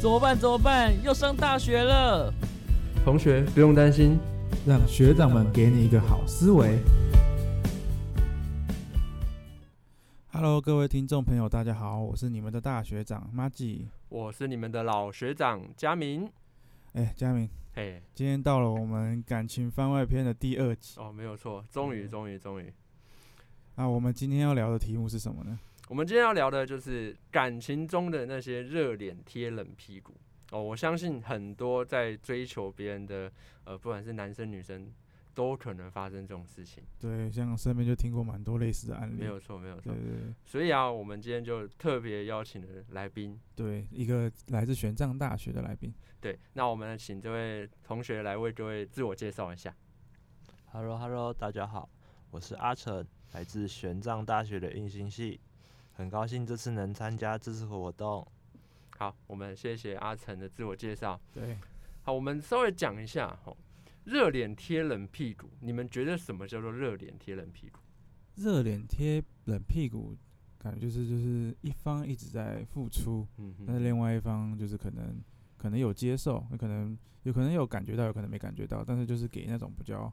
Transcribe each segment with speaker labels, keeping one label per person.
Speaker 1: 怎么办？怎么办？要上大学了。
Speaker 2: 同学不用担心，
Speaker 3: 让学长们给你一个好思维。
Speaker 4: Hello，各位听众朋友，大家好，我是你们的大学长 m a g i
Speaker 2: 我是你们的老学长佳明。
Speaker 4: 哎，佳明，
Speaker 2: 嘿，
Speaker 4: 今天到了我们感情番外篇的第二集。
Speaker 2: 哦，没有错，终于，终于，终于，
Speaker 4: 那我们今天要聊的题目是什么呢？
Speaker 2: 我们今天要聊的就是感情中的那些热脸贴冷屁股。哦，我相信很多在追求别人的，呃，不管是男生女生，都可能发生这种事情。
Speaker 4: 对，像身边就听过蛮多类似的案例。
Speaker 2: 没有错，没有错
Speaker 4: 嗯对。对
Speaker 2: 所以啊，我们今天就特别邀请了来宾。
Speaker 4: 对，一个来自玄奘大学的来宾。
Speaker 2: 对，那我们请这位同学来为各位自我介绍一下。
Speaker 5: h e l l o h e l l o 大家好，我是阿成，来自玄奘大学的运行系，很高兴这次能参加这次活动。
Speaker 2: 好，我们谢谢阿成的自我介绍。
Speaker 4: 对，
Speaker 2: 好，我们稍微讲一下哦，热脸贴冷屁股，你们觉得什么叫做热脸贴冷屁股？
Speaker 4: 热脸贴冷屁股，感觉就是就是一方一直在付出，
Speaker 2: 嗯哼，
Speaker 4: 但是另外一方就是可能可能有接受，有可能有可能有感觉到，有可能没感觉到，但是就是给那种比较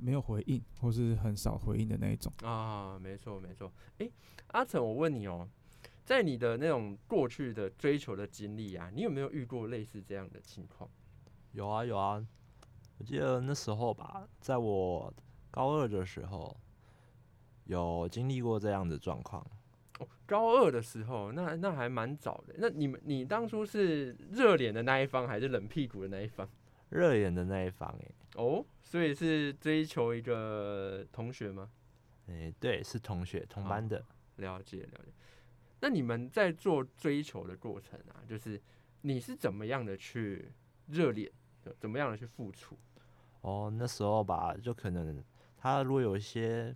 Speaker 4: 没有回应或是很少回应的那一种。
Speaker 2: 啊，没错没错。诶，阿成，我问你哦，在你的那种过去的追求的经历啊，你有没有遇过类似这样的情况？
Speaker 5: 有啊有啊，我记得那时候吧，在我高二的时候，有经历过这样的状况。
Speaker 2: 哦，高二的时候，那那还蛮早的。那你们你当初是热脸的那一方，还是冷屁股的那一方？
Speaker 5: 热眼的那一方、欸，
Speaker 2: 哦，所以是追求一个同学吗？
Speaker 5: 诶、对，是同学同
Speaker 2: 哦
Speaker 5: 班的。
Speaker 2: 了解了解。那你们在做追求的过程啊，就是你是怎么样的去热脸，呃怎么样的去付出？
Speaker 5: 哦，那时候吧，就可能他如果有一些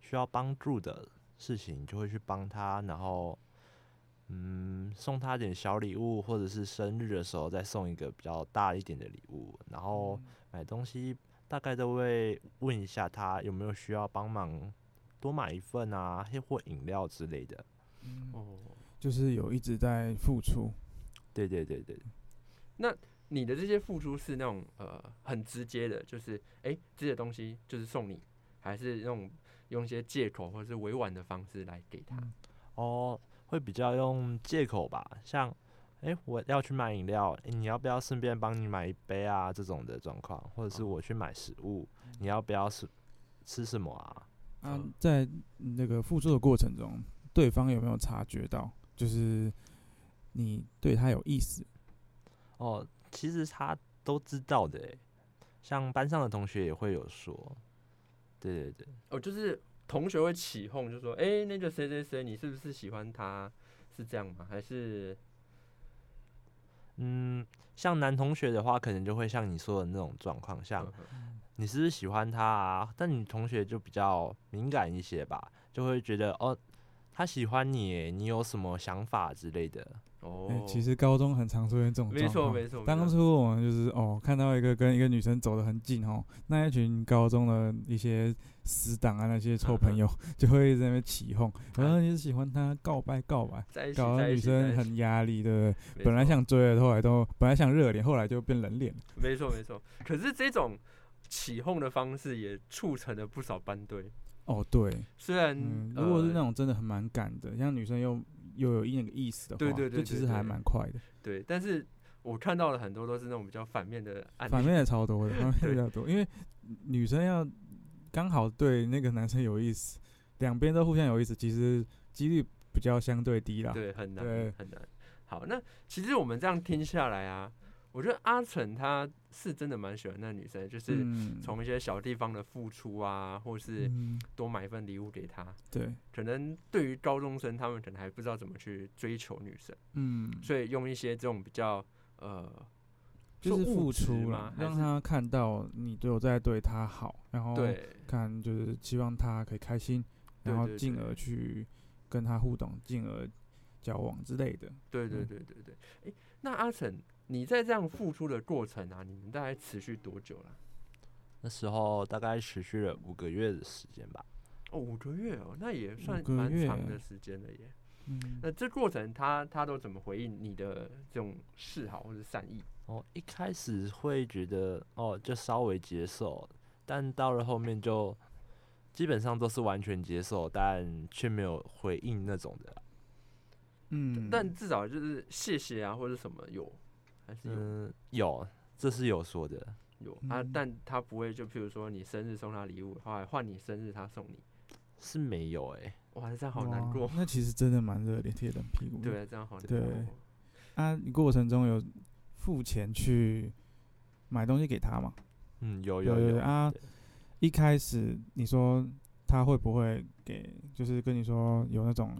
Speaker 5: 需要帮助的事情，就会去帮他，然后嗯，送他点小礼物，或者是生日的时候再送一个比较大一点的礼物，然
Speaker 2: 哦
Speaker 5: 后
Speaker 4: 嗯
Speaker 5: 买东西大概都会问一下他有没有需要帮忙，多买一份啊，嘿或饮料之类的。
Speaker 2: 哦，
Speaker 4: 就是有一直在付出，
Speaker 5: 对对对对，
Speaker 2: 你的这些付出是那种呃很直接的，就是诶，这些东西就是送你，还是那种用一些借口或者是委婉的方式来给
Speaker 4: 嗯
Speaker 2: 他？
Speaker 5: 哦，会比较用借口吧，像，哎、我要去买饮料、诶你要不要顺便帮你买一杯啊？这种的状况，或者是我去买食物，你要不要吃吃什么啊？
Speaker 4: 啊
Speaker 2: 嗯，
Speaker 4: 在那个付出的过程中，对方有没有察觉到，就是你对他有意思？
Speaker 5: 哦，其实他都知道的、诶像班上的同学也会有说，对对对，
Speaker 2: 哦，就是同学会起哄，就说诶，那个谁谁谁，你是不是喜欢他？是这样吗？还是
Speaker 5: 嗯，像男同学的话，可能就会像你说的那种状况，像
Speaker 2: 嗯嗯
Speaker 5: 你是不是喜欢他啊？但你同学就比较敏感一些吧，就会觉得哦，他喜欢你耶，你有什么想法之类的。
Speaker 2: 哦、
Speaker 4: 哎，其实高中很常出现这种
Speaker 2: 没
Speaker 4: 状
Speaker 2: 错
Speaker 4: 况。
Speaker 2: 没错，没错
Speaker 4: 当初我们就是哦，看到一个跟一个女生走得很近哦，那一群高中的一些死党啊，那些臭朋 友就会在那边起哄，然后你是喜欢他告白告 白，
Speaker 2: 在一起
Speaker 4: 搞
Speaker 2: 在
Speaker 4: 得
Speaker 2: 一
Speaker 4: 女
Speaker 2: 起
Speaker 4: 生
Speaker 2: 在一
Speaker 4: 很压力，对不
Speaker 2: 起
Speaker 4: 对？
Speaker 2: 没
Speaker 4: 本来
Speaker 2: 错
Speaker 4: 想追的，后来都本来想热脸，后来就变冷脸了。
Speaker 2: 没错没错，可是这种起哄的方式也促成了不少班队。
Speaker 4: 哦，对，
Speaker 2: 虽然、
Speaker 4: 嗯，如果是
Speaker 2: 呃
Speaker 4: 那种真的很蛮赶的，像女生又又有一那个意思的话，
Speaker 2: 对对对
Speaker 4: 就其
Speaker 2: 对
Speaker 4: 实
Speaker 2: 对
Speaker 4: 还蛮快的。
Speaker 2: 对，但是我看到了很多都是那种比较反面的案例。
Speaker 4: 反面也超多的，反面
Speaker 2: 对
Speaker 4: 比较多，因为女生要刚好对那个男生有意思，两边都互相有意思，其实几率比较相对低啦。
Speaker 2: 对，很难
Speaker 4: 对
Speaker 2: 很难。好，那其实我们这样听下来啊，我觉得阿成他是真的蛮喜欢那女生的，就是
Speaker 4: 嗯，
Speaker 2: 从一些小地方的付出啊，或是
Speaker 4: 嗯，
Speaker 2: 多买一份礼物给她。
Speaker 4: 对，
Speaker 2: 可能对于高中生，他们可能还不知道怎么去追求女生，
Speaker 4: 嗯，
Speaker 2: 所以用一些这种比较呃，
Speaker 4: 就是
Speaker 2: 说物
Speaker 4: 付
Speaker 2: 质
Speaker 4: 出
Speaker 2: 吗
Speaker 4: 了，？
Speaker 2: 还
Speaker 4: 让
Speaker 2: 是
Speaker 4: 他哦看到你都有在对他好，然后
Speaker 2: 对
Speaker 4: 看就是希望他可以开心，
Speaker 2: 对
Speaker 4: 然后
Speaker 2: 对
Speaker 4: 进
Speaker 2: 对
Speaker 4: 而去跟他互动，进而交往之类的。
Speaker 2: 对对
Speaker 4: 嗯
Speaker 2: 对对对。哎、那阿成，你在这样付出的过程啊，你们大概持续多久了？
Speaker 5: 那时候大概持续了五个月的时间吧。
Speaker 2: 哦，五个月哦，那也算
Speaker 4: 个
Speaker 2: 蛮
Speaker 4: 月欸
Speaker 2: 长的时间了耶。
Speaker 4: 嗯
Speaker 2: 那这过程他他都怎么回应你的这种示好或者善意？
Speaker 5: 哦，一开始会觉得哦，就稍微接受，但到了后面就基本上都是完全接受，但却没有回应那种的。
Speaker 4: 嗯，
Speaker 2: 但至少就是谢谢啊，或者什么有，还是有、
Speaker 5: 嗯，有，这是有说的。
Speaker 2: 有啊
Speaker 4: 嗯，
Speaker 2: 但他不会就譬如说你生日送他礼物，后来换你生日他送你，
Speaker 5: 是没有哎、
Speaker 2: 哇，这样好难
Speaker 4: 哇
Speaker 2: 过，
Speaker 4: 那其实真的蛮热脸贴冷屁股的。
Speaker 2: 对，这样好难
Speaker 4: 对
Speaker 2: 过。哦
Speaker 4: 啊，你过程中有付钱去买东西给他吗？
Speaker 5: 嗯，有
Speaker 4: 有
Speaker 5: 有
Speaker 4: 有
Speaker 5: 有
Speaker 4: 啊
Speaker 5: 对
Speaker 4: 一开始你说他会不会给，就是跟你说有那种，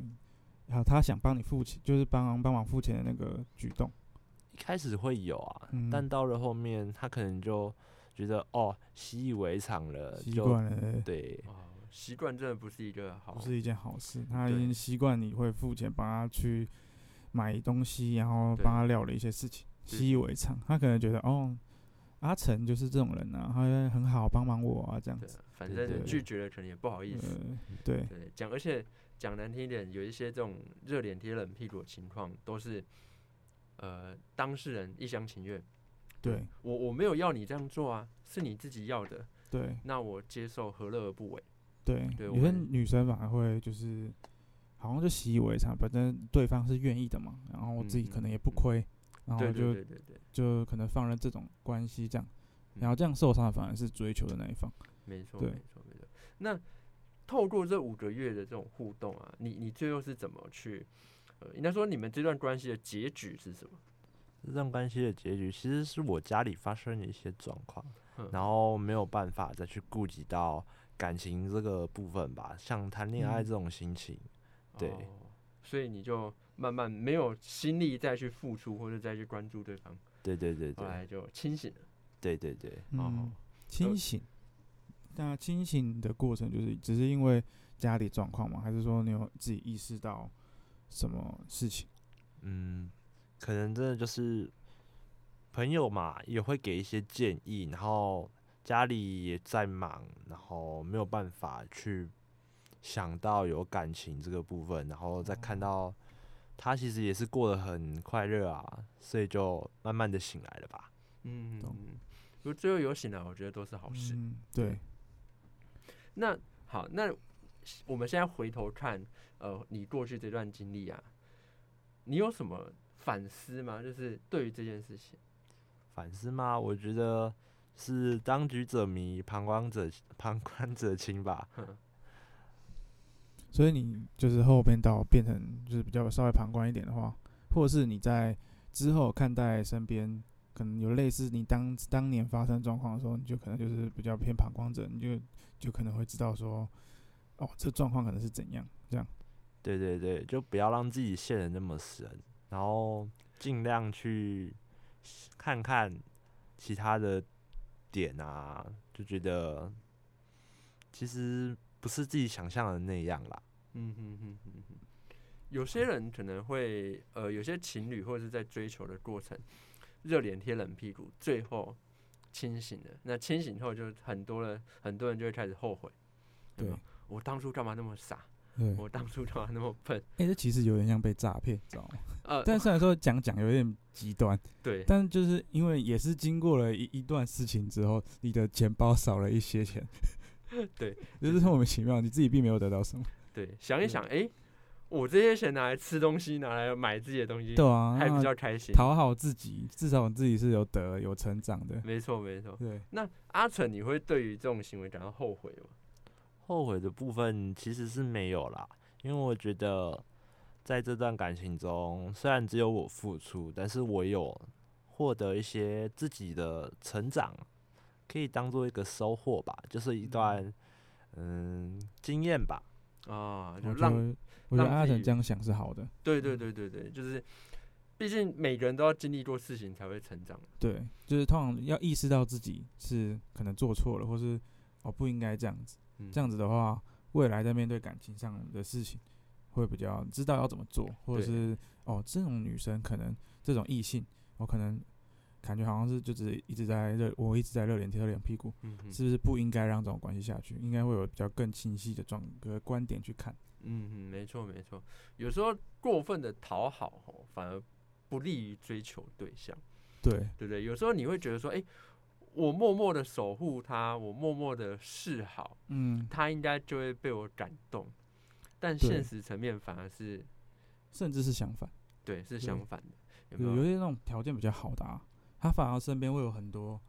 Speaker 4: 啊，他想帮你付钱，就是帮忙帮忙付钱的那个举动。
Speaker 5: 一开始会有啊，
Speaker 4: 嗯
Speaker 5: 但到了后面他可能就觉得哦，习以为常了，
Speaker 4: 习
Speaker 5: 就
Speaker 4: 惯了，
Speaker 5: 对，
Speaker 2: 哇，哦习惯真的不是一个好
Speaker 4: 不，是一件好事。他已
Speaker 2: 对
Speaker 4: 经习惯你会付钱帮他去买东西，然后帮
Speaker 2: 对
Speaker 4: 他料理一些事情，
Speaker 2: 是
Speaker 5: 嗯
Speaker 4: 习以为常。他可能觉得哦，阿成就是这种人啊，他会很好帮忙我啊，这样
Speaker 2: 对
Speaker 4: 子。
Speaker 2: 啊，反
Speaker 5: 对对
Speaker 2: 正
Speaker 4: 对
Speaker 2: 拒绝了可能也不好意思，
Speaker 4: 呃，对，
Speaker 2: 对，讲而且讲难听一点，有一些这种热脸贴冷屁股的情况，都是呃当事人一厢情愿。
Speaker 4: 对，
Speaker 2: 我我没有要你这样做啊，是你自己要的，
Speaker 4: 对，
Speaker 2: 那我接受，何乐而不为？
Speaker 4: 对，
Speaker 2: 对
Speaker 4: 有
Speaker 2: 我
Speaker 4: 些
Speaker 2: 们
Speaker 4: 女生反而会就是，好像就习以为常，反正对方是愿意的嘛，然后自己可能也
Speaker 2: 嗯
Speaker 4: 不
Speaker 2: 嗯嗯
Speaker 4: 亏，然后
Speaker 2: 对
Speaker 4: 就
Speaker 2: 对对对对，
Speaker 4: 就可能放任这种关系这样，然后
Speaker 2: 嗯
Speaker 4: 这样受伤的反而是追求的那一方。
Speaker 2: 没错
Speaker 4: 对
Speaker 2: 没错没错。那透过这五个月的这种互动啊，你你最后是怎么去？呃，应该说你们这段关系的结局是什么？
Speaker 5: 这段关系的结局其实是我家里发生了一些状况，
Speaker 2: 嗯
Speaker 5: 然后没有办法再去顾及到感情这个部分吧，像谈恋爱
Speaker 4: 嗯
Speaker 5: 这种心情，对
Speaker 2: 哦所以你就慢慢没有心力再去付出或者再去关注对方，
Speaker 5: 对对对
Speaker 2: 后
Speaker 4: 哎
Speaker 2: 来
Speaker 5: 对
Speaker 2: 就清醒了。
Speaker 5: 对对对，
Speaker 2: 哦
Speaker 4: 嗯，清醒。那清醒的过程就是只是因为家里状况吗？还是说你有自己意识到什么事情？
Speaker 5: 嗯，可能真的就是朋友嘛，也会给一些建议，然后家里也在忙，然后没有办法去想到有感情这个部分，然后再看到他其实也是过得很快乐啊，所以就慢慢的醒来了吧。
Speaker 2: 嗯，
Speaker 4: 懂
Speaker 2: 嗯如果最后有醒来，我觉得都哦是好事。
Speaker 4: 嗯，对，
Speaker 2: 那好，那我们现在回头看，呃，你过去这段经历啊，你有什么反思吗？就是对于这件事情，
Speaker 5: 反思吗？我觉得是当局者迷，旁观者 旁观者清吧。
Speaker 2: 哼
Speaker 4: 所以你就是后边到变成就是比较稍微旁观一点的话，或者是你在之后看待身边可能有类似你当当年发生状况的时候，你就可能就是比较偏旁观者，你就就可能会知道说，哦，这状况可能是怎样这样。
Speaker 5: 对对对，就不要让自己陷得那么深，然后尽量去看看其他的点啊，就觉得其实不是自己想象的那样啦。
Speaker 2: 嗯哼哼哼哼，有些人可能会，呃，有些情侣或者是在追求的过程，热脸贴冷屁股，最后清醒了。那清醒后，就很多人，很多人就会开始后悔，有没有
Speaker 4: 对嗯
Speaker 2: 我当初干嘛那么傻？
Speaker 4: 对，
Speaker 2: 我当初干嘛那么笨？
Speaker 4: 哎、这其实有点像被诈骗， 知道吗？
Speaker 2: 呃，
Speaker 4: 但虽然说讲讲有点极端，
Speaker 2: 对，。
Speaker 4: 但就是因为也是经过了一一段事情之后，你的钱包少了一些 钱
Speaker 2: 对，
Speaker 4: 就是莫名其妙，你自己并没有得到什么。
Speaker 2: 对，想一想，
Speaker 4: 嗯
Speaker 2: 诶，我这些钱拿来吃东西，拿来买自己的东西，
Speaker 4: 对啊，
Speaker 2: 还
Speaker 4: 那
Speaker 2: 比较开心。
Speaker 4: 讨好自己，至少你自己是有得有成长的。
Speaker 2: 没错，没错。
Speaker 4: 对，
Speaker 2: 那阿成，你会对于这种行为感到后悔吗？
Speaker 5: 后悔的部分其实是没有啦，因为我觉得在这段感情中，虽然只有我付出，但是我有获得一些自己的成长，可以当做一个收获吧，就是一段嗯经验吧。
Speaker 2: 啊，就
Speaker 4: 我觉
Speaker 2: 让
Speaker 4: 得我觉得
Speaker 2: 让
Speaker 4: 阿
Speaker 2: 自
Speaker 4: 成
Speaker 2: 己
Speaker 4: 这样想是好的。
Speaker 2: 对对对对对，就是，毕竟每个人都要经历过事情才会成长。
Speaker 4: 对，就是通常要意识到自己是可能做错了，或是哦不应该这样子。
Speaker 2: 嗯
Speaker 4: 这样子的话，未来在面对感情上的事情，会比较知道要怎么做，或
Speaker 2: 对
Speaker 4: 者是哦，这种女生可能这种异性，我、可能感觉好像是就只是一直在热，我一直在热脸贴热脸屁股，
Speaker 2: 嗯哼
Speaker 4: 呃是不是不应该让这种关系下去？应该会有比较更清晰的状个观点去看。
Speaker 2: 嗯嗯，没错没错，有时候过分的讨好哦，反而不利于追求对象，
Speaker 4: 对，
Speaker 2: 对不对？有时候你会觉得说，哎、我默默的守护他，我默默的示好，
Speaker 4: 嗯，
Speaker 2: 他应该就会被我感动，但
Speaker 4: 对
Speaker 2: 现实层面反而是
Speaker 4: 甚至是相反，
Speaker 2: 对，是
Speaker 4: 对
Speaker 2: 相反的，有
Speaker 4: 有
Speaker 2: 没有？
Speaker 4: 有些那种条件比较好的、啊，他反而身边会有很多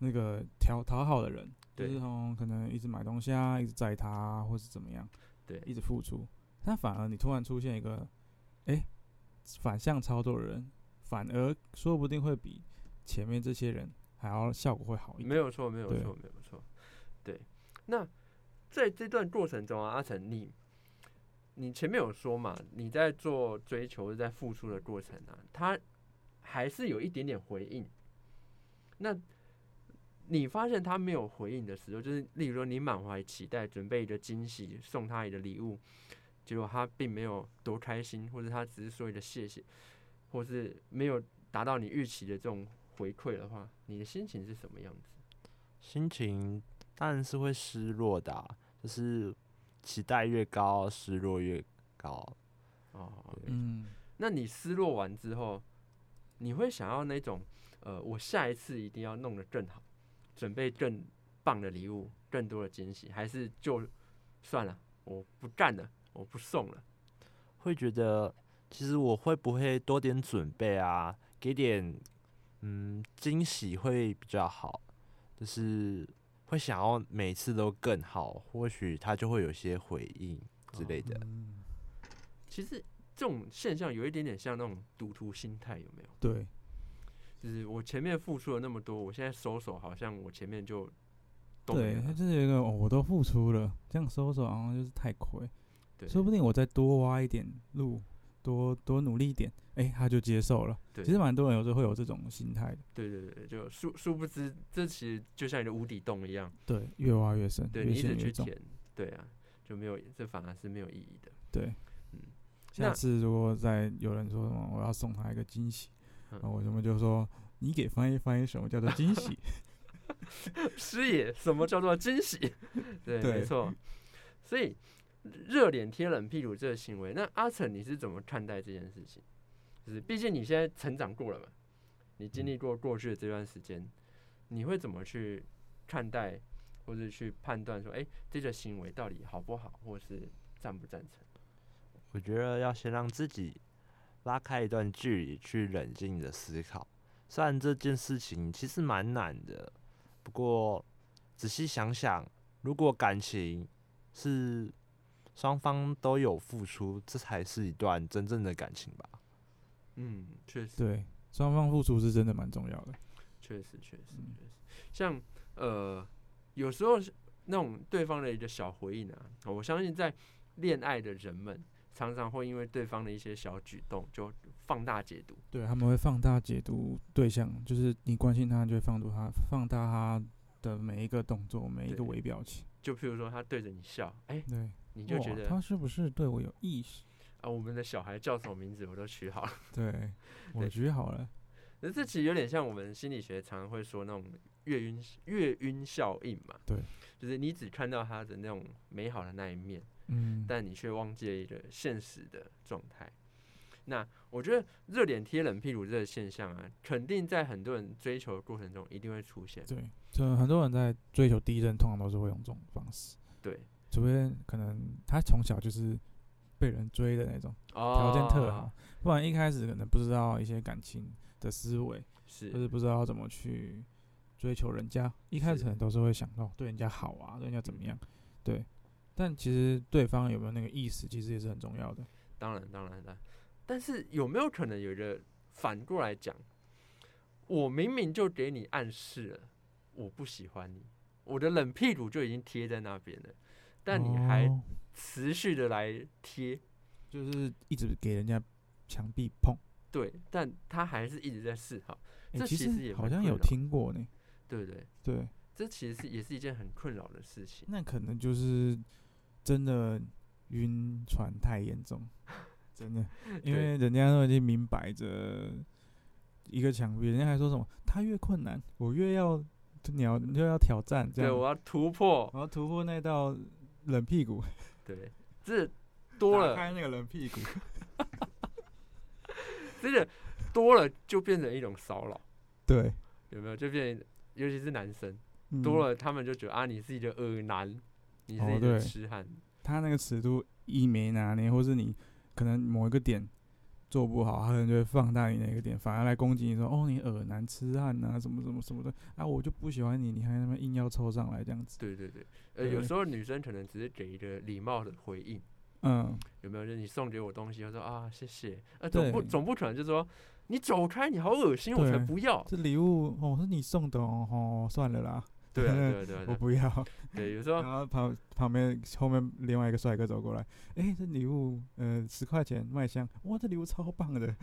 Speaker 4: 那个讨讨好的人，就
Speaker 2: 对
Speaker 4: 是从可能一直买东西啊，一直载他、啊，或是怎么样，
Speaker 2: 对
Speaker 4: 一直付出。但反而你突然出现一个，哎、反向操作的人，反而说不定会比前面这些人还要效果会好一点。
Speaker 2: 没有错，没有
Speaker 4: 对
Speaker 2: 错，没有错。对，那在这段过程中啊，阿成，你你前面有说嘛，你在做追求、在付出的过程啊，他还是有一点点回应。那你发现他没有回应的时候，就是例如说你满怀期待准备一个惊喜，送他一个礼物，结果他并没有多开心，或者他只是说一个谢谢，或是没有达到你预期的这种回馈的话，你的心情是什么样子？
Speaker 5: 心情当然是会失落的啊、就是期待越高，失落越高。
Speaker 2: 哦，
Speaker 4: 嗯，
Speaker 2: 那你失落完之后，你会想要那种，呃，我下一次一定要弄得更好，准备更棒的礼物，更多的惊喜，还是就算了，我不干了，我不送了。
Speaker 5: 会觉得，其实我会不会多点准备啊，给点嗯惊喜会比较好，就是会想要每次都更好，或许他就会有些回应之
Speaker 2: 哦
Speaker 5: 类的。
Speaker 4: 嗯
Speaker 2: 其实这种现象有一点点像那种赌徒心态，有没有？
Speaker 4: 对，
Speaker 2: 就是我前面付出了那么多，我现在收手，好像我前面就都没
Speaker 4: 对，
Speaker 2: 了
Speaker 4: 他就是有一个、哦、我都付出了，这样收手好像就是太亏。
Speaker 2: 对，
Speaker 4: 说不定我再多挖一点路，多多努力一点，哎、他就接受了。
Speaker 2: 对
Speaker 4: 其实蛮多人有时候会有这种心态的，
Speaker 2: 对对对，就殊殊不知，这其实就像你的无底洞一样，
Speaker 4: 对，越挖越深，
Speaker 2: 对
Speaker 4: 越
Speaker 2: 你一直
Speaker 4: 陷
Speaker 2: 去
Speaker 4: 越重。
Speaker 2: 填，对啊，就没有，这反而是没有意义的。
Speaker 4: 对，
Speaker 2: 嗯
Speaker 4: 下
Speaker 2: 那
Speaker 4: 次如果再有人说什么我要送他一个惊喜，
Speaker 2: 嗯
Speaker 4: 然后我们就说你给翻译翻译什么叫做惊喜？
Speaker 2: 师爷，什么叫做惊喜？ 对，
Speaker 4: 对
Speaker 2: 没错。所以热脸贴冷屁股这个行为，那阿成你是怎么看待这件事情？就是毕竟你现在成长过了嘛，你经历过过去的这段时间，你会怎么去看待，或者去判断说，哎、这个行为到底好不好，或是赞不赞成？
Speaker 5: 我觉得要先让自己拉开一段距离，去冷静的思考。虽然这件事情其实蛮难的，不过仔细想想，如果感情是双方都有付出，这才是一段真正的感情吧。
Speaker 2: 嗯，确 实。
Speaker 4: 对，双方付出是真的蛮重要的。
Speaker 2: 确实，确实，
Speaker 4: 嗯
Speaker 2: 确实，像呃，有时候是那种对方的一个小回应啊，我相信在恋爱的人们常常会因为对方的一些小举动就放大解读，
Speaker 4: 对，他们会放大解读对象，就是你关心他，就会放大他，放大他的每一个动作，每一
Speaker 2: 对
Speaker 4: 个微表情。
Speaker 2: 就譬如说他对着你笑，哎、
Speaker 4: 对，
Speaker 2: 你就觉
Speaker 4: 哇
Speaker 2: 得
Speaker 4: 他是不是对我有意识？
Speaker 2: 啊，我们的小孩叫什么名字我都取好了。
Speaker 4: 对，我
Speaker 2: 对
Speaker 4: 举好了。
Speaker 2: 那这其实有点像我们心理学常常会说那种月晕月晕效应嘛，
Speaker 4: 对，
Speaker 2: 就是你只看到他的那种美好的那一面。
Speaker 4: 嗯，
Speaker 2: 但你却忘记了一个现实的状态。那我觉得热脸贴冷屁股这个现象啊，肯定在很多人追求的过程中一定会出现。
Speaker 4: 对，就很多人在追求第一任，通常都是会用这种方式，
Speaker 2: 对，
Speaker 4: 除非可能他从小就是被人追的那种，条
Speaker 2: 条
Speaker 4: 件特
Speaker 2: 哦
Speaker 4: 好，，不然一开始可能不知道一些感情的思维，
Speaker 2: 是
Speaker 4: 或是不知道怎么去追求人家，一开始
Speaker 2: 是嗯
Speaker 4: 可能都是会想到对人家好啊，对人家怎么样，对。但其实对方有没有那个意识，其实也是很重要的。
Speaker 2: 当然当然的。但是有没有可能有一个反过来讲，我明明就给你暗示了，我不喜欢你，我的冷屁股就已经贴在那边了，但你还
Speaker 4: 哦
Speaker 2: 持续的来贴，
Speaker 4: 就是一直给人家墙壁碰，
Speaker 2: 对，但他还是一直在示好，
Speaker 4: 诶
Speaker 2: 这
Speaker 4: 其
Speaker 2: 其实也
Speaker 4: 实好
Speaker 2: 蛮
Speaker 4: 像
Speaker 2: 困
Speaker 4: 有
Speaker 2: 扰
Speaker 4: 听过呢。
Speaker 2: 对不对？
Speaker 4: 对，
Speaker 2: 这其实是也是一件很困扰的事情。
Speaker 4: 那可能就是真的晕船太严重，真的，因为人家都已经明摆着一个墙壁，人家还说什么他越困难，我越要鸟就要挑战，这
Speaker 2: 对，
Speaker 4: 样，哦
Speaker 2: 我要突破。
Speaker 4: 我要突破那道冷屁股，
Speaker 2: 对，这多了，
Speaker 4: 开那个人屁 股，
Speaker 2: 真的多了就变成一种骚扰，
Speaker 4: 对，
Speaker 2: 有没有？就变成，尤其是男生
Speaker 4: 嗯
Speaker 2: 多了，他们就觉得啊，你是一个恶男，你是
Speaker 4: 哦
Speaker 2: 一
Speaker 4: 对
Speaker 2: 个痴汉，
Speaker 4: 他那个尺度一没拿捏，或是你可能某一个点做不好，他可能就会放大你那个点，反而来攻击你说：“哦，你耳难痴汉呐，什么什么什么的啊，我就不喜欢你，你还那么硬要凑上来这样子。
Speaker 2: 对对对。呃，有
Speaker 4: 对
Speaker 2: 时候女生可能只是给一个礼貌的回应，”
Speaker 4: 嗯，
Speaker 2: 有没有？就是你送给我东西，我说啊谢谢，呃总不
Speaker 4: 对
Speaker 2: 总不可能就说你走开，你好恶心，我才
Speaker 4: 对
Speaker 2: 不 要。
Speaker 4: 这礼物哦是你送的哦，哦算了啦，
Speaker 2: 对啊对啊对啊对
Speaker 4: 我
Speaker 2: 啊
Speaker 4: 不要。
Speaker 2: 对，有时候
Speaker 4: 然后旁旁边后面另外一个帅哥走过来，哎、这礼物呃十块钱卖香，哇，这礼物超棒的，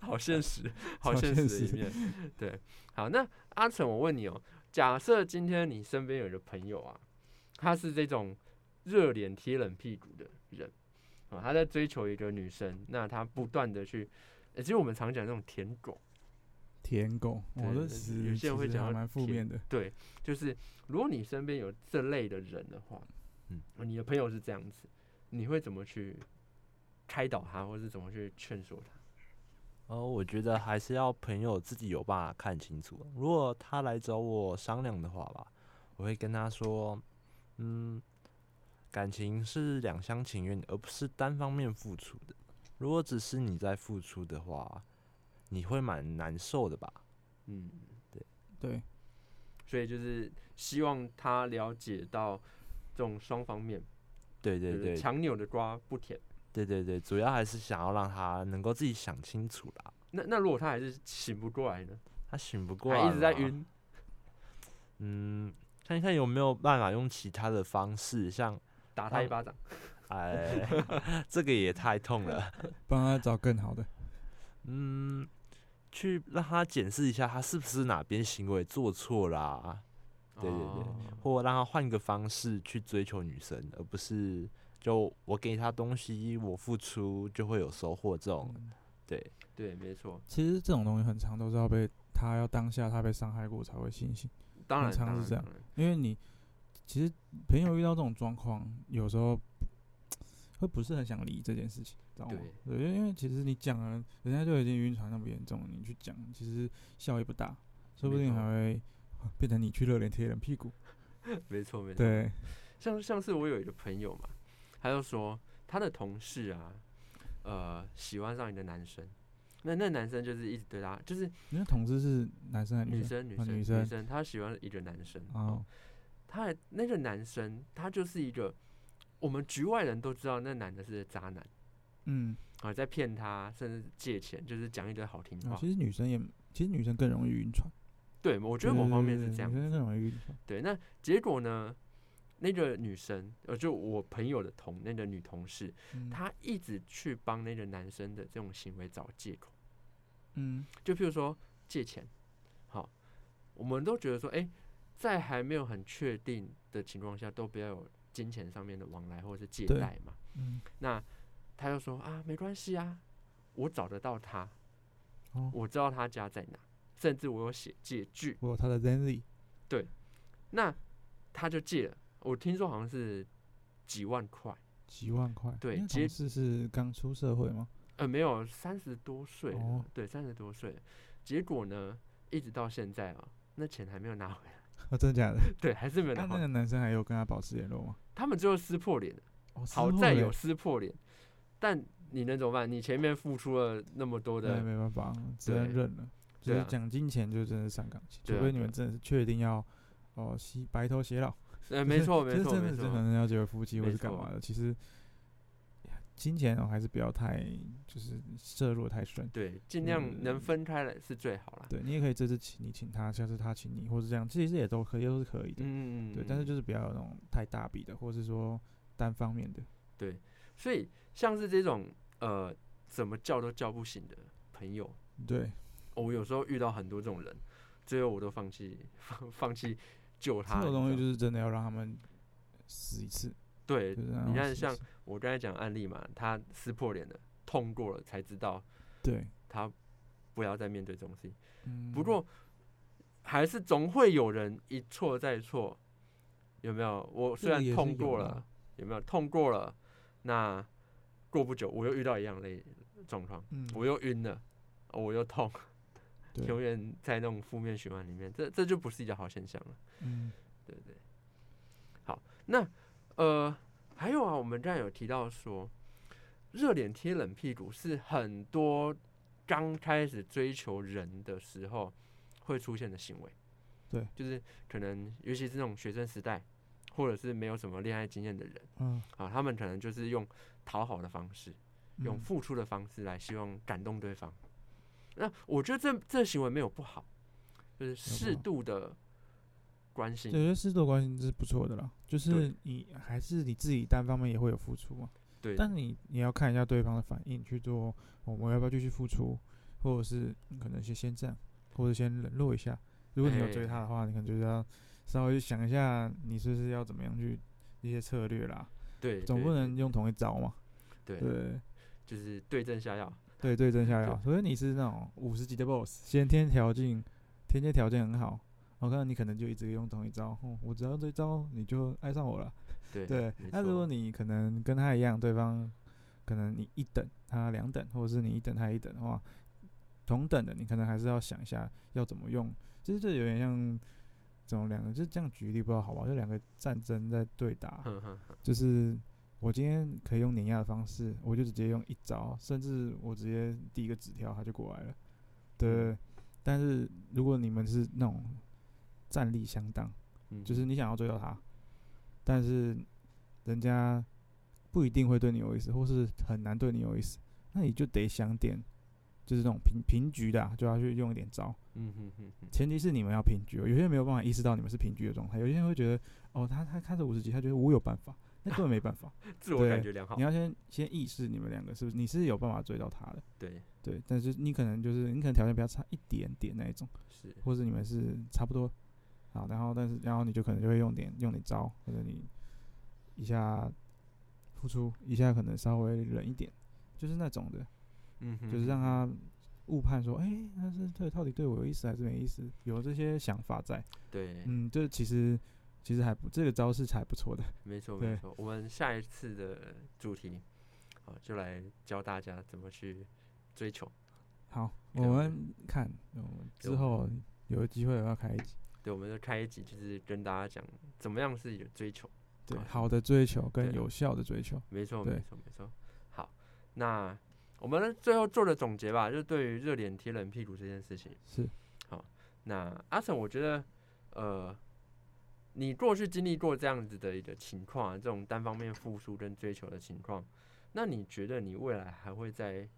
Speaker 2: 好现实，好
Speaker 4: 超
Speaker 2: 现
Speaker 4: 现
Speaker 2: 实的一
Speaker 4: 实
Speaker 2: 面。对，好，那阿成，我问你哦，假设今天你身边有一个朋友啊，他是这种热脸贴冷屁股的人啊、他在追求一个女生，那他不断的去、呃其实我们常讲这种舔狗，
Speaker 4: 舔狗，我、
Speaker 2: 对
Speaker 4: 哦、
Speaker 2: 对对
Speaker 4: 这词
Speaker 2: 有些人
Speaker 4: 其
Speaker 2: 会
Speaker 4: 实
Speaker 2: 讲
Speaker 4: 还
Speaker 2: 到
Speaker 4: 蛮负
Speaker 2: 舔
Speaker 4: 面的，
Speaker 2: 对，就是如果你身边有这类的人的话，
Speaker 5: 嗯
Speaker 2: 嗯，你的朋友是这样子，你会怎么去开导他，或是怎么去劝说他？
Speaker 5: 呃，我觉得还是要朋友自己有办法看清楚。如果他来找我商量的话吧，我会跟他说，嗯，感情是两厢情愿，而不是单方面付出的。如果只是你在付出的话，你会蛮难受的吧？
Speaker 2: 嗯。
Speaker 4: 对，
Speaker 2: 所以就是希望他了解到这种双方面，
Speaker 5: 对对
Speaker 2: 就是
Speaker 5: 对，
Speaker 2: 强扭的瓜不甜。
Speaker 5: 对对对，主要还是想要让他能够自己想清楚啦。
Speaker 2: 那那如果他还是醒不过来呢？
Speaker 5: 他醒不过来，
Speaker 2: 还一直在。晕，
Speaker 5: 嗯，看看有没有办法用其他的方式，像
Speaker 2: 打他一巴掌。
Speaker 5: 哎， 这个也太痛了。
Speaker 4: 帮他找更好的。
Speaker 5: 嗯，去让他检视一下，他是不是哪边行为做错啦、对对对
Speaker 2: 哦
Speaker 5: 或让他换个方式去追求女生，而不是就我给他东西，我付出就会有收获这种。
Speaker 4: 嗯
Speaker 5: 对
Speaker 2: 对，没错。
Speaker 4: 其实这种东西很长都是要被他要当下他被伤害过才会清醒，
Speaker 2: 当然，
Speaker 4: 常
Speaker 2: 当然
Speaker 4: 是这样
Speaker 2: 当然
Speaker 4: 因为你其实朋友遇到这种状况，有时候会不是很想理这件事情，知道吗？对，因为因为其实你讲了，人家就已经晕船那么严重了，你去讲，其实效益不大，说不
Speaker 2: 没
Speaker 4: 定
Speaker 2: 错
Speaker 4: 还会变成你去热脸贴冷屁股。
Speaker 2: 没错没错。
Speaker 4: 对，
Speaker 2: 像上次我有一个朋友嘛，他就说他的同事啊，呃，喜欢上一个男生，那那男生就是一直对他，就是
Speaker 4: 你的同事是男生还是
Speaker 2: 女
Speaker 4: 女生？
Speaker 2: 生女
Speaker 4: 哦
Speaker 2: 生
Speaker 4: 女
Speaker 2: 女
Speaker 4: 生
Speaker 2: 生，他喜欢一个男生。哦
Speaker 4: 哦，
Speaker 2: 他还那个男生，他就是一个我们局外人都知道那男的是渣男
Speaker 4: 嗯，
Speaker 2: 啊，在骗他，甚至借钱，就是讲一堆嗯好听
Speaker 4: 哦
Speaker 2: 话。
Speaker 4: 其实女生也，其实女生更容易晕船，
Speaker 2: 对，我觉得某
Speaker 4: 对
Speaker 2: 方
Speaker 4: 对
Speaker 2: 面是
Speaker 4: 对
Speaker 2: 这样
Speaker 4: 女生
Speaker 2: 子。
Speaker 4: 更容易晕船。
Speaker 2: 对，那结果呢？那个女生，呃，就我朋友的同那个女同事，
Speaker 4: 嗯
Speaker 2: 她一直去帮那个男生的这种行为找借口，
Speaker 4: 嗯，
Speaker 2: 就譬如说借钱，好，我们都觉得说，哎、在还没有很确定的情况下，都不要有金钱上面的往来或者是借
Speaker 4: 对
Speaker 2: 贷嘛。
Speaker 4: 嗯，
Speaker 2: 那他就说啊，没关系啊，我找得到他，
Speaker 4: 哦
Speaker 2: 我知道他家在哪，甚至我有写借据。
Speaker 4: 我有他的 Zenly，
Speaker 2: 那他就借了，我听说好像是几万块，
Speaker 4: 几万块。
Speaker 2: 对
Speaker 4: 那
Speaker 2: 接
Speaker 4: 同事是刚出社会吗？
Speaker 2: 呃，没有三十多岁了，
Speaker 4: 哦
Speaker 2: 对，三十多岁了。结果呢，一直到现在啊，那钱还没有拿回来，
Speaker 4: 哦，真的假的？
Speaker 2: 对，还是没有
Speaker 4: 那
Speaker 2: 拿
Speaker 4: 那
Speaker 2: 回来。
Speaker 4: 个男生还有跟他保持联络吗？
Speaker 2: 他们最后撕破脸了，
Speaker 4: 哦，
Speaker 2: 好
Speaker 4: 之后
Speaker 2: 在
Speaker 4: 嘞
Speaker 2: 有撕破脸，但你能怎么办？你前面付出了那么多
Speaker 4: 那
Speaker 2: 的
Speaker 4: 没办法，只
Speaker 2: 对
Speaker 4: 能认了。就
Speaker 2: 对
Speaker 4: 是
Speaker 2: 啊
Speaker 4: 讲金钱，就真的是伤感情，
Speaker 2: 对
Speaker 4: 除
Speaker 2: 啊
Speaker 4: 非你
Speaker 2: 对
Speaker 4: 们
Speaker 2: 啊
Speaker 4: 真的是确定要哦，洗白头偕老。
Speaker 2: 呃，没错，
Speaker 4: 就是
Speaker 2: 没错，
Speaker 4: 真
Speaker 2: 没
Speaker 4: 的是
Speaker 2: 错
Speaker 4: 可，能要结为夫妻或
Speaker 2: 没
Speaker 4: 是干
Speaker 2: 错
Speaker 4: 嘛的。其实金钱哦，还是不要太就是摄入太深。
Speaker 2: 对，尽量能
Speaker 4: 嗯
Speaker 2: 分开来是最好啦。
Speaker 4: 对你也可以这次请你请他，下次他请你，或是这样，其实也都可以，都是可以的。
Speaker 2: 嗯，
Speaker 4: 对，但是就是是不要有那种太大笔的，或是说单方面的。
Speaker 2: 对，所以像是这种呃，怎么叫都叫不醒的朋友，
Speaker 4: 对，
Speaker 2: 哦我有时候遇到很多这种人，最后我都放弃放 放弃救
Speaker 4: 这
Speaker 2: 他。
Speaker 4: 种东西
Speaker 2: 你
Speaker 4: 就
Speaker 2: 知道
Speaker 4: 是真的要让他们死一次。
Speaker 2: 对
Speaker 4: 就是让他
Speaker 2: 你
Speaker 4: 们
Speaker 2: 看
Speaker 4: 死一
Speaker 2: 像
Speaker 4: 次
Speaker 2: 我刚才讲案例嘛，他撕破脸了，痛过了才知道
Speaker 4: 对，
Speaker 2: 他不要再面对这种事情。
Speaker 4: 嗯
Speaker 2: 不过还是总会有人一错再错，有没有？我虽
Speaker 4: 这个
Speaker 2: 然
Speaker 4: 也是
Speaker 2: 痛
Speaker 4: 有
Speaker 2: 过
Speaker 4: 啦
Speaker 2: 了，有没有痛过了？那过不久我又遇到一样类状况，
Speaker 4: 嗯，
Speaker 2: 我又晕了，哦我又痛，
Speaker 4: 对
Speaker 2: 永远在那种负面循环里面，这这就不是一个好现象了。
Speaker 4: 嗯
Speaker 2: 对对。好，那呃，还有啊，我们刚才有提到说，热脸贴冷屁股是很多刚开始追求人的时候会出现的行为。
Speaker 4: 对，
Speaker 2: 就是可能尤其是那种学生时代，或者是没有什么恋爱经验的人
Speaker 4: 嗯，
Speaker 2: 啊，他们可能就是用讨好的方式，用
Speaker 4: 嗯
Speaker 2: 付出的方式来希望感动对方。那我觉得这这行为没有不好，就是适
Speaker 4: 好
Speaker 2: 度的关心
Speaker 4: 我。觉得适度的关心是不错的啦，就是
Speaker 2: 对
Speaker 4: 你还是你自己单方面也会有付出嘛，
Speaker 2: 对，
Speaker 4: 但你你要看一下对方的反应去做，哦我们要不要继续付出，或者是嗯可能先先这样，或者先冷落一下。如果你有追
Speaker 2: 哎
Speaker 4: 他的话，你可能就是要稍微去想一下，你是不是要怎么样去一些策略啦，
Speaker 2: 对，
Speaker 4: 总
Speaker 2: 对
Speaker 4: 不能用同一招嘛。
Speaker 2: 对，
Speaker 4: 对
Speaker 2: 就是对症下药。
Speaker 4: 对对症下药。所以你是那种五十级的 BOSS，先天条件先天条件很好，我看到你可能就一直用同一招，哦、我只要这一招你就爱上我了。
Speaker 2: 对
Speaker 4: 对，
Speaker 2: 没
Speaker 4: 那如
Speaker 2: 错
Speaker 4: 果你可能跟他一样，对方可能你一等他两等，或者是你一等他一等的话，同等的你可能还是要想一下要怎么用，就是这有点像这种两个，就是这样举例不知道好不好？就两个战争在对打，
Speaker 2: 哼 哼哼
Speaker 4: 就是我今天可以用碾压的方式，我就直接用一招，甚至我直接递一个纸条他就过来了，对。但是如果你们是那种战力相当。
Speaker 2: 嗯
Speaker 4: 就是你想要追到他，但是人家不一定会对你有意思，或是很难对你有意思，那你就得想点，就是那种平平局的、啊，就要去用一点招。
Speaker 2: 嗯哼哼哼，
Speaker 4: 前提是你们要平局哦，有些人没有办法意识到你们是平局的状态，有些人会觉得哦，他他看着五十级，他觉得我有办法，那根本没办法。
Speaker 2: 自我感
Speaker 4: 对
Speaker 2: 觉 良好
Speaker 4: 你。要先先意识你们两个是不是你是有办法追到他的，
Speaker 2: 对，
Speaker 4: 对，但是你可能就是你可能条件比较差一点点那一种。
Speaker 2: 是
Speaker 4: 或者你们是差不多，好，然后但是然后你就可能就会用点用点招，或者你一下付出，一下可能稍微冷一点，就是那种的，
Speaker 2: 嗯哼，
Speaker 4: 就是让他误判说，哎、他是对到底对我有意思还是没意思，有这些想法在，
Speaker 2: 对，
Speaker 4: 嗯，这其实其实还不这个招式还不错的，
Speaker 2: 没错
Speaker 4: 对
Speaker 2: 没错。我们下一次的主题，好，就来教大家怎么去追求。
Speaker 4: 好，我
Speaker 2: 对我
Speaker 4: 们看我们之
Speaker 2: 对
Speaker 4: 后有机会我要开一集，
Speaker 2: 对，我们就开一集，就是跟大家讲怎么样是有追求。
Speaker 4: 对，
Speaker 2: 好
Speaker 4: 好的追求跟
Speaker 2: 对
Speaker 4: 有效的追求，
Speaker 2: 没错，
Speaker 4: 对
Speaker 2: 没错，没错。好，那我们最后做的总结吧，就对于热脸贴冷屁股这件事情。
Speaker 4: 是，
Speaker 2: 那阿成，我觉得，呃，你过去经历过这样子的一个情况、啊，这种单方面付出跟追求的情况，那你觉得你未来还会在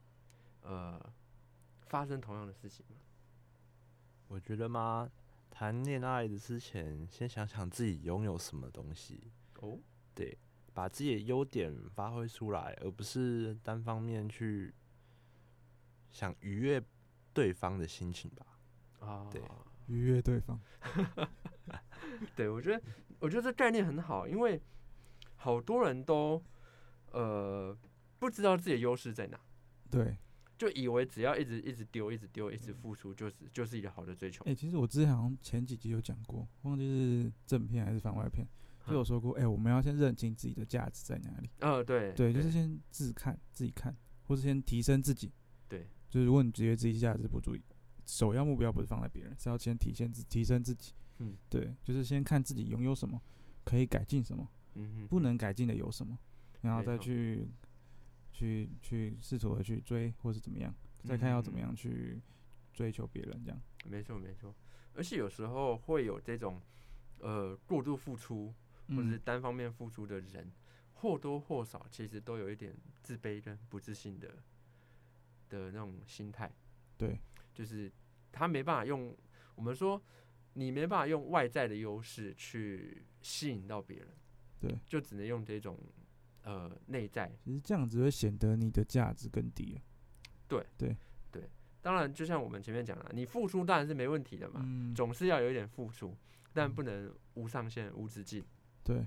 Speaker 2: 呃发生同样的事情吗？
Speaker 5: 我觉得嘛，谈恋爱的之前，先想想自己拥有什么东西，
Speaker 2: 哦，
Speaker 5: 把自己的优点发挥出来，而不是单方面去想愉悦对方的心情吧。
Speaker 2: 啊，
Speaker 5: 对
Speaker 4: 愉悦对方，
Speaker 2: 对，我觉得我觉得这概念很好，因为好多人都呃不知道自己的优势在哪，
Speaker 4: 对。
Speaker 2: 就以为只要一直一直丢，一直丢，一直付出，就是就是一个好的追求
Speaker 4: 哎、。其实我之前好像前几集有讲过，忘记是正片还是番外篇，
Speaker 2: 嗯
Speaker 4: 就有说过，哎、我们要先认清自己的价值在哪里。
Speaker 2: 呃，对，
Speaker 4: 对，就是先自看自己看，或是先提升自己。
Speaker 2: 对，
Speaker 4: 就是如果你觉得自己价值不足以，首要目标不是放在别人，是要先体现自提升自己。
Speaker 2: 嗯，
Speaker 4: 对，就是先看自己拥有什么，可以改进什么，
Speaker 2: 嗯哼，
Speaker 4: 不能改进的有什么，然后
Speaker 2: 没
Speaker 4: 再
Speaker 2: 错
Speaker 4: 去去去试图的去追，或是怎么样，再看要怎么
Speaker 2: 嗯
Speaker 4: 样去追求别人这样。
Speaker 2: 没错没错，而且有时候会有这种呃过度付出或者是
Speaker 4: 嗯，
Speaker 2: 单方面付出的人，或多或少其实都有一点自卑跟不自信的的那种心态，
Speaker 4: 对，
Speaker 2: 就是他没办法用我们说你没办法用外在的优势去吸引到别人，
Speaker 4: 对，
Speaker 2: 就只能用这种呃内在
Speaker 4: 其实这样子会显得你的价值更低了。
Speaker 2: 当然，就像我们前面讲了，你付出当然是没问题的嘛，
Speaker 4: 嗯，
Speaker 2: 总是要有一点付出，但
Speaker 4: 嗯
Speaker 2: 不能无上限、无止境。
Speaker 4: 对，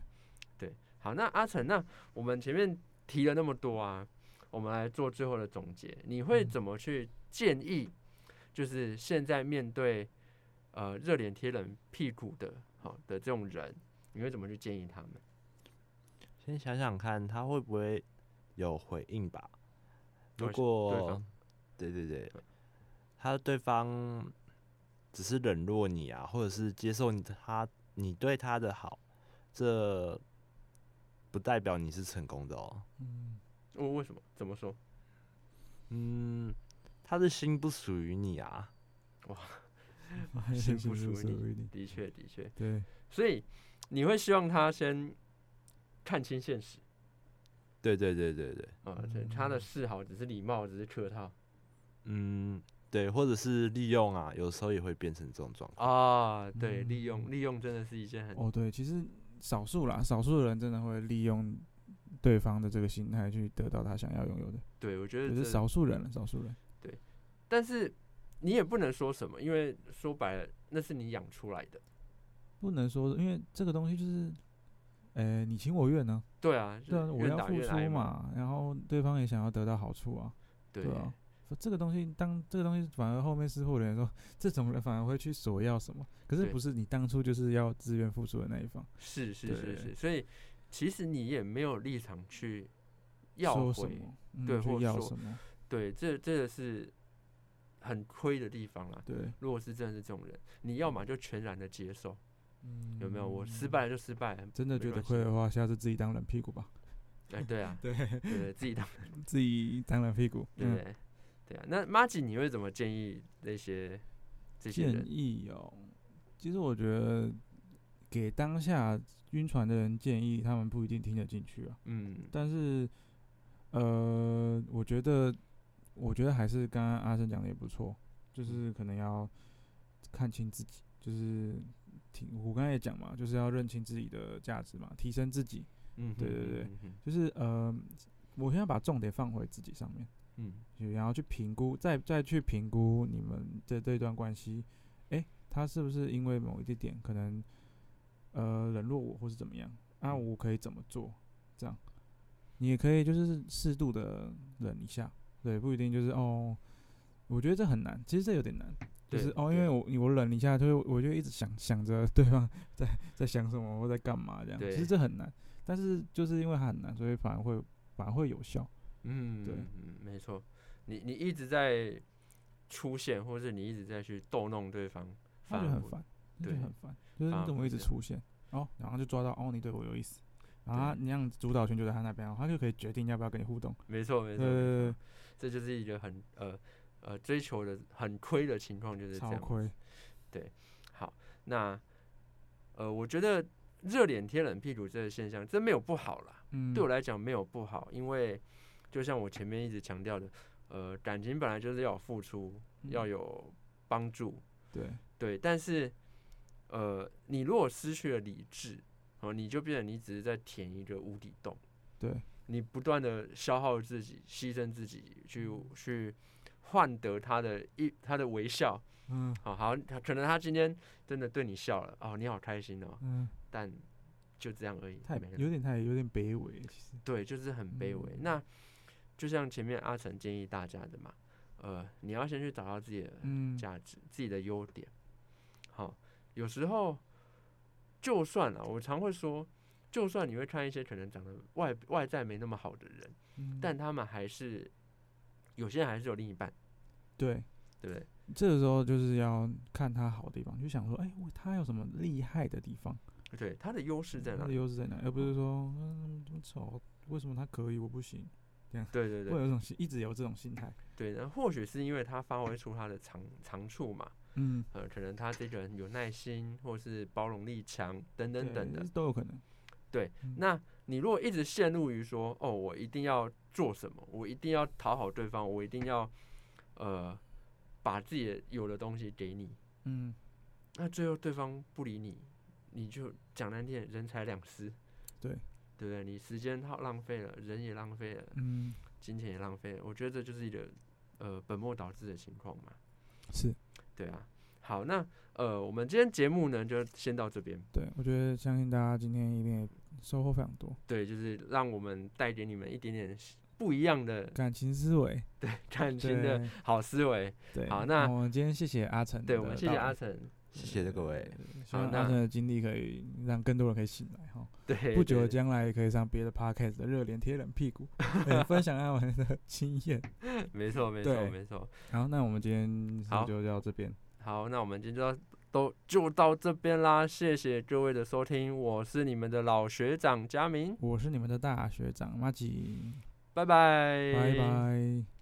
Speaker 2: 对，好，那阿成，那我们前面提了那么多啊，我们来做最后的总结，你会
Speaker 4: 嗯
Speaker 2: 怎么去建议？就是现在面对呃热脸贴冷屁股的，好、的这种人，你会怎么去建议他们？
Speaker 5: 先想想看他会不会有回应吧。如
Speaker 2: 对对
Speaker 5: 果
Speaker 2: 方
Speaker 5: 对对对
Speaker 2: 对，
Speaker 5: 他对方只是冷落你啊，或者是接受你的他你对他的好，这不代表你是成功的哦。
Speaker 4: 嗯，
Speaker 2: 我为什么？怎么说？
Speaker 5: 嗯，他的心不属于你啊。
Speaker 2: 是不
Speaker 4: 是
Speaker 2: 属于
Speaker 4: 于你，
Speaker 2: 的确，的确，
Speaker 4: 对，
Speaker 2: 所以你会希望他先看清现实
Speaker 5: 对对对对对，
Speaker 2: 啊，这、他
Speaker 4: 嗯
Speaker 2: 的示好只是礼貌，只是客套
Speaker 5: 嗯，对，或者是利用啊，有时候也会变成这种状况。
Speaker 2: 啊。对，利
Speaker 4: 嗯
Speaker 2: 用利用真的是一件很
Speaker 4: 哦对，其实少数啦，少数的人真的会利用对方的这个心态去得到他想要拥有的，
Speaker 2: 对，我觉
Speaker 4: 可
Speaker 2: 得
Speaker 4: 是
Speaker 2: 这
Speaker 4: 少数人了，少数人，
Speaker 2: 但是你也不能说什么，因为说白了那是你养出来的。
Speaker 4: 不能说，因为这个东西就是，呃，你情我愿呢、
Speaker 2: 对啊，就
Speaker 4: 对啊，
Speaker 2: 是
Speaker 4: 我
Speaker 2: 愿
Speaker 4: 要
Speaker 2: 打
Speaker 4: 付
Speaker 2: 愿
Speaker 4: 出
Speaker 2: 挨，
Speaker 4: 嘛，然后对方也想要得到好处啊，
Speaker 2: 对
Speaker 4: 对啊。这个东西，当这个东西反而后面事后的人说，这种人反而会去索要什么，可是
Speaker 2: 对
Speaker 4: 不是你当初就是要自愿付出的那一方，
Speaker 2: 是是
Speaker 4: 对
Speaker 2: 是是，所以其实你也没有立场去要
Speaker 4: 说什
Speaker 2: 回，
Speaker 4: 么，嗯、
Speaker 2: 对
Speaker 4: 去
Speaker 2: 或
Speaker 4: 要
Speaker 2: 说
Speaker 4: 什么，
Speaker 2: 对，这这个是很亏的地方啦。
Speaker 4: 对，
Speaker 2: 如果是真的是这种人，你要么就全然的接受，
Speaker 4: 嗯
Speaker 2: 有没有？我失，败了就失败了，
Speaker 4: 真的
Speaker 2: 没
Speaker 4: 觉得
Speaker 2: 关系
Speaker 4: 亏的话，下次自己当冷屁股吧，
Speaker 2: 哎，对啊，
Speaker 4: 对，
Speaker 2: 对对，自己当，
Speaker 4: 自己当冷屁股，
Speaker 2: 对不
Speaker 4: 嗯，
Speaker 2: 对？对啊，那马吉你会怎么建议那些这些
Speaker 4: 建
Speaker 2: 人？
Speaker 4: 议哦，其实我觉得给当下晕船的人建议，他们不一定听得进去啊。
Speaker 2: 嗯，
Speaker 4: 但是，呃，我觉得，我觉得还是刚刚阿生讲的也不错，
Speaker 2: 嗯
Speaker 4: 就是可能要看清自己，就是挺我刚才也讲嘛，就是要认清自己的价值嘛，提升自己，
Speaker 2: 嗯哼，
Speaker 4: 对对对
Speaker 2: 嗯哼，
Speaker 4: 就是呃，我现在把重点放回自己上面，
Speaker 2: 嗯
Speaker 4: 就然后去评估，再再去评估你们这这段关系，诶，他是不是因为某一个点可能呃冷落我，或是怎么样？啊，
Speaker 2: 嗯
Speaker 4: 我可以怎么做？这样，你也可以就是适度的忍一下，对，不一定就是哦。我觉得这很难，其实这有点难，就
Speaker 2: 对
Speaker 4: 是哦，
Speaker 2: 对
Speaker 4: 因为我你我忍一下，就是我就一直想想着对方 在在想什么或在干嘛这样，其实
Speaker 2: 对
Speaker 4: 这很难，但是就是因为它很难，所以反而会反而会有效，
Speaker 2: 嗯，
Speaker 4: 对
Speaker 2: 嗯，没错，你你一直在出现，或者你一直在去逗弄对方，
Speaker 4: 他
Speaker 2: 反
Speaker 4: 觉得
Speaker 2: 而
Speaker 4: 很
Speaker 2: 不
Speaker 4: 烦，就
Speaker 2: 对
Speaker 4: 很烦，就是
Speaker 2: 反
Speaker 4: 你
Speaker 2: 而
Speaker 4: 怎么
Speaker 2: 不
Speaker 4: 一直
Speaker 2: 是
Speaker 4: 出现，哦，然后就抓到哦，你对我有意思，然后他
Speaker 2: 对
Speaker 4: 你让主导权就在他那边哦，他就可以决定要不要跟你互动，
Speaker 2: 没错没
Speaker 4: 对
Speaker 2: 错，
Speaker 4: 对
Speaker 2: 没
Speaker 4: 对
Speaker 2: 错，这就是一个很呃呃追求的很亏的情况，就是这
Speaker 4: 对，超
Speaker 2: 样。
Speaker 4: 亏，
Speaker 2: 好，那呃，我觉得热脸贴冷屁股这个现象，这没有不好啦，
Speaker 4: 嗯，
Speaker 2: 对我来讲没有不好，因为就像我前面一直强调的，呃，感情本来就是要有付出，要
Speaker 4: 嗯
Speaker 2: 有帮助，
Speaker 4: 对，
Speaker 2: 对，但是呃，你如果失去了理智，哦、你就变成你只是在填一个无底洞，
Speaker 4: 对，
Speaker 2: 你不断的消耗自己，牺牲自己，去
Speaker 4: 嗯
Speaker 2: 去换得他的一他的微笑，
Speaker 4: 嗯
Speaker 2: 好好，他可能他今天真的对你笑了，哦，你好开心哦，
Speaker 4: 嗯，
Speaker 2: 但就这样而已，
Speaker 4: 太
Speaker 2: 没了
Speaker 4: 有点太有点卑微，其实，
Speaker 2: 对，就是很卑微。
Speaker 4: 嗯
Speaker 2: 那就像前面阿成建议大家的嘛，呃，你要先去找到自己的
Speaker 4: 嗯，
Speaker 2: 价值、自己的优点。好，有时候就算了，我常会说，就算你会看一些可能长得外外在没那么好的人，
Speaker 4: 嗯
Speaker 2: 但他们还是有些人还是有另一半，
Speaker 4: 对，
Speaker 2: 对不对？
Speaker 4: 这个时候就是要看他好的地方，就想说，哎，我他有什么厉害的地方，
Speaker 2: 对，他的优势在哪
Speaker 4: 他的
Speaker 2: 里？哦
Speaker 4: 优势在哪，而不是说，嗯，这么丑，为什么他可以我不行？
Speaker 2: 对对
Speaker 4: 会有
Speaker 2: 对
Speaker 4: 一种心，一直有这种心态，
Speaker 2: 对，那或许是因为他发挥出他的长长处嘛，
Speaker 4: 嗯，
Speaker 2: 呃，可能他这个人有耐心，或是包容力强，等等
Speaker 4: 对
Speaker 2: 等的。
Speaker 4: 都有可能，
Speaker 2: 对
Speaker 4: 嗯，
Speaker 2: 那你如果一直陷入于说，哦，我一定要做什么，我一定要讨好对方，我一定要，呃，把自己的有的东西给你，
Speaker 4: 嗯，
Speaker 2: 那最后对方不理你，你就讲难听点，人财两失，
Speaker 4: 对，
Speaker 2: 对不对？你时间耗浪费了，人也浪费了，
Speaker 4: 嗯，
Speaker 2: 金钱也浪费了，我觉得这就是一个呃本末倒置的情况嘛，
Speaker 4: 是
Speaker 2: 对啊。好，那呃，我们今天节目呢就先到这边，
Speaker 4: 对，我觉得相信大家今天一定也收获非常多，
Speaker 2: 对，就是让我们带给你们一点点不一样的
Speaker 4: 感情思维，
Speaker 2: 感情的
Speaker 4: 对
Speaker 2: 好思维。
Speaker 4: 对。
Speaker 2: 好那
Speaker 4: 我们今天谢谢阿成的到来，
Speaker 2: 对，我们谢谢阿成，
Speaker 5: 谢谢各位，
Speaker 4: 希望
Speaker 2: 那
Speaker 4: 阿生的经历可以让更多人可以醒来哈。
Speaker 2: 对，
Speaker 4: 不久
Speaker 2: 对
Speaker 4: 将来也可以上别的 podcast 的热脸贴冷 屁股，对分享他们的经验。
Speaker 2: 没错，没错，
Speaker 4: 对
Speaker 2: 没错。
Speaker 4: 好，那我们今天是不
Speaker 2: 好
Speaker 4: 是就到这边，
Speaker 2: 好，那我们今天就到都就到这边啦，谢谢各位的收听，我是你们的老学长佳明，
Speaker 4: 我是你们的大学长马吉，
Speaker 2: 拜拜，
Speaker 4: 拜拜。